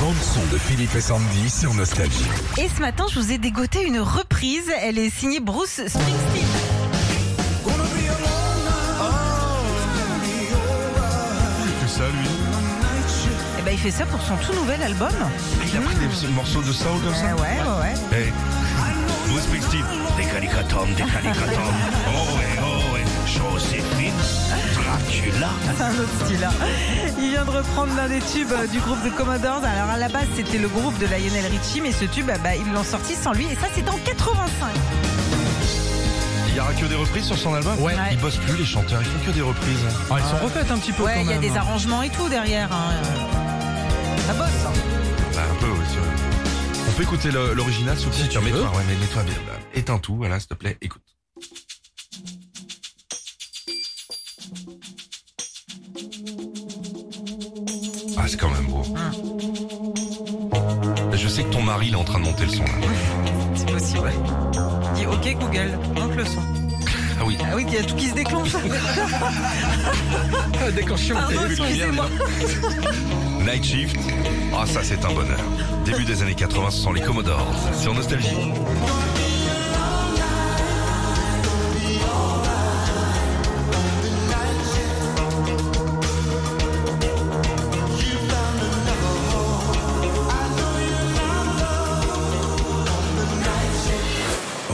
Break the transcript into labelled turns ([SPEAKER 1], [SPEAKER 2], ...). [SPEAKER 1] bande-son de Philippe et Sandy sur Nostalgie.
[SPEAKER 2] Et ce matin, je vous ai dégoté une reprise. Elle est signée Bruce Springsteen.
[SPEAKER 3] fait ça, lui.
[SPEAKER 2] Et ben, il fait ça pour son tout nouvel album.
[SPEAKER 3] Il a pris des petits morceaux de soul comme
[SPEAKER 2] Euh,
[SPEAKER 3] ça. Eh,
[SPEAKER 2] ouais, ouais, ouais.
[SPEAKER 3] Hey. Bruce Springsteen.
[SPEAKER 4] Des calicotomes, des calicotomes. Oh ouais, oh ouais. Joséphine, Dracula.
[SPEAKER 2] C'est un autre style. hein. Il vient de reprendre l'un des tubes euh, du groupe de Commodores. Alors à la base, c'était le groupe de Lionel Richie, mais ce tube, ah bah, ils l'ont sorti sans lui. Et ça, c'est en 85.
[SPEAKER 3] Il y aura que des reprises sur son album
[SPEAKER 2] Ouais.
[SPEAKER 3] Ils bossent plus, les chanteurs, ils font que des reprises.
[SPEAKER 5] Ah, ils sont refaites un petit peu
[SPEAKER 2] Ouais,
[SPEAKER 5] quand
[SPEAKER 2] il y a
[SPEAKER 5] même.
[SPEAKER 3] hein.
[SPEAKER 2] des arrangements et tout derrière. hein. Ça bosse. hein.
[SPEAKER 3] Bah, un peu, oui, c'est vrai. On peut écouter le- l'original, s'il te plaît
[SPEAKER 5] tu
[SPEAKER 3] mets-toi,
[SPEAKER 5] veux.
[SPEAKER 3] ouais, mais mets-toi bien. là. Éteins tout, voilà, s'il te plaît, écoute. Ah, c'est quand même beau. Je sais que ton mari, il est en train de monter le son, là.
[SPEAKER 2] C'est possible. Dis OK Google, monte le son.
[SPEAKER 3] Ah oui.
[SPEAKER 2] Ah oui, il y a tout qui se déclenche.
[SPEAKER 5] Dès qu'on
[SPEAKER 3] Ah,
[SPEAKER 5] chante,
[SPEAKER 2] Pardon, excusez-moi.
[SPEAKER 3] Night Shift. Ah, ça, c'est un bonheur. Début des années 80, ce sont les Commodores. Sur Nostalgie.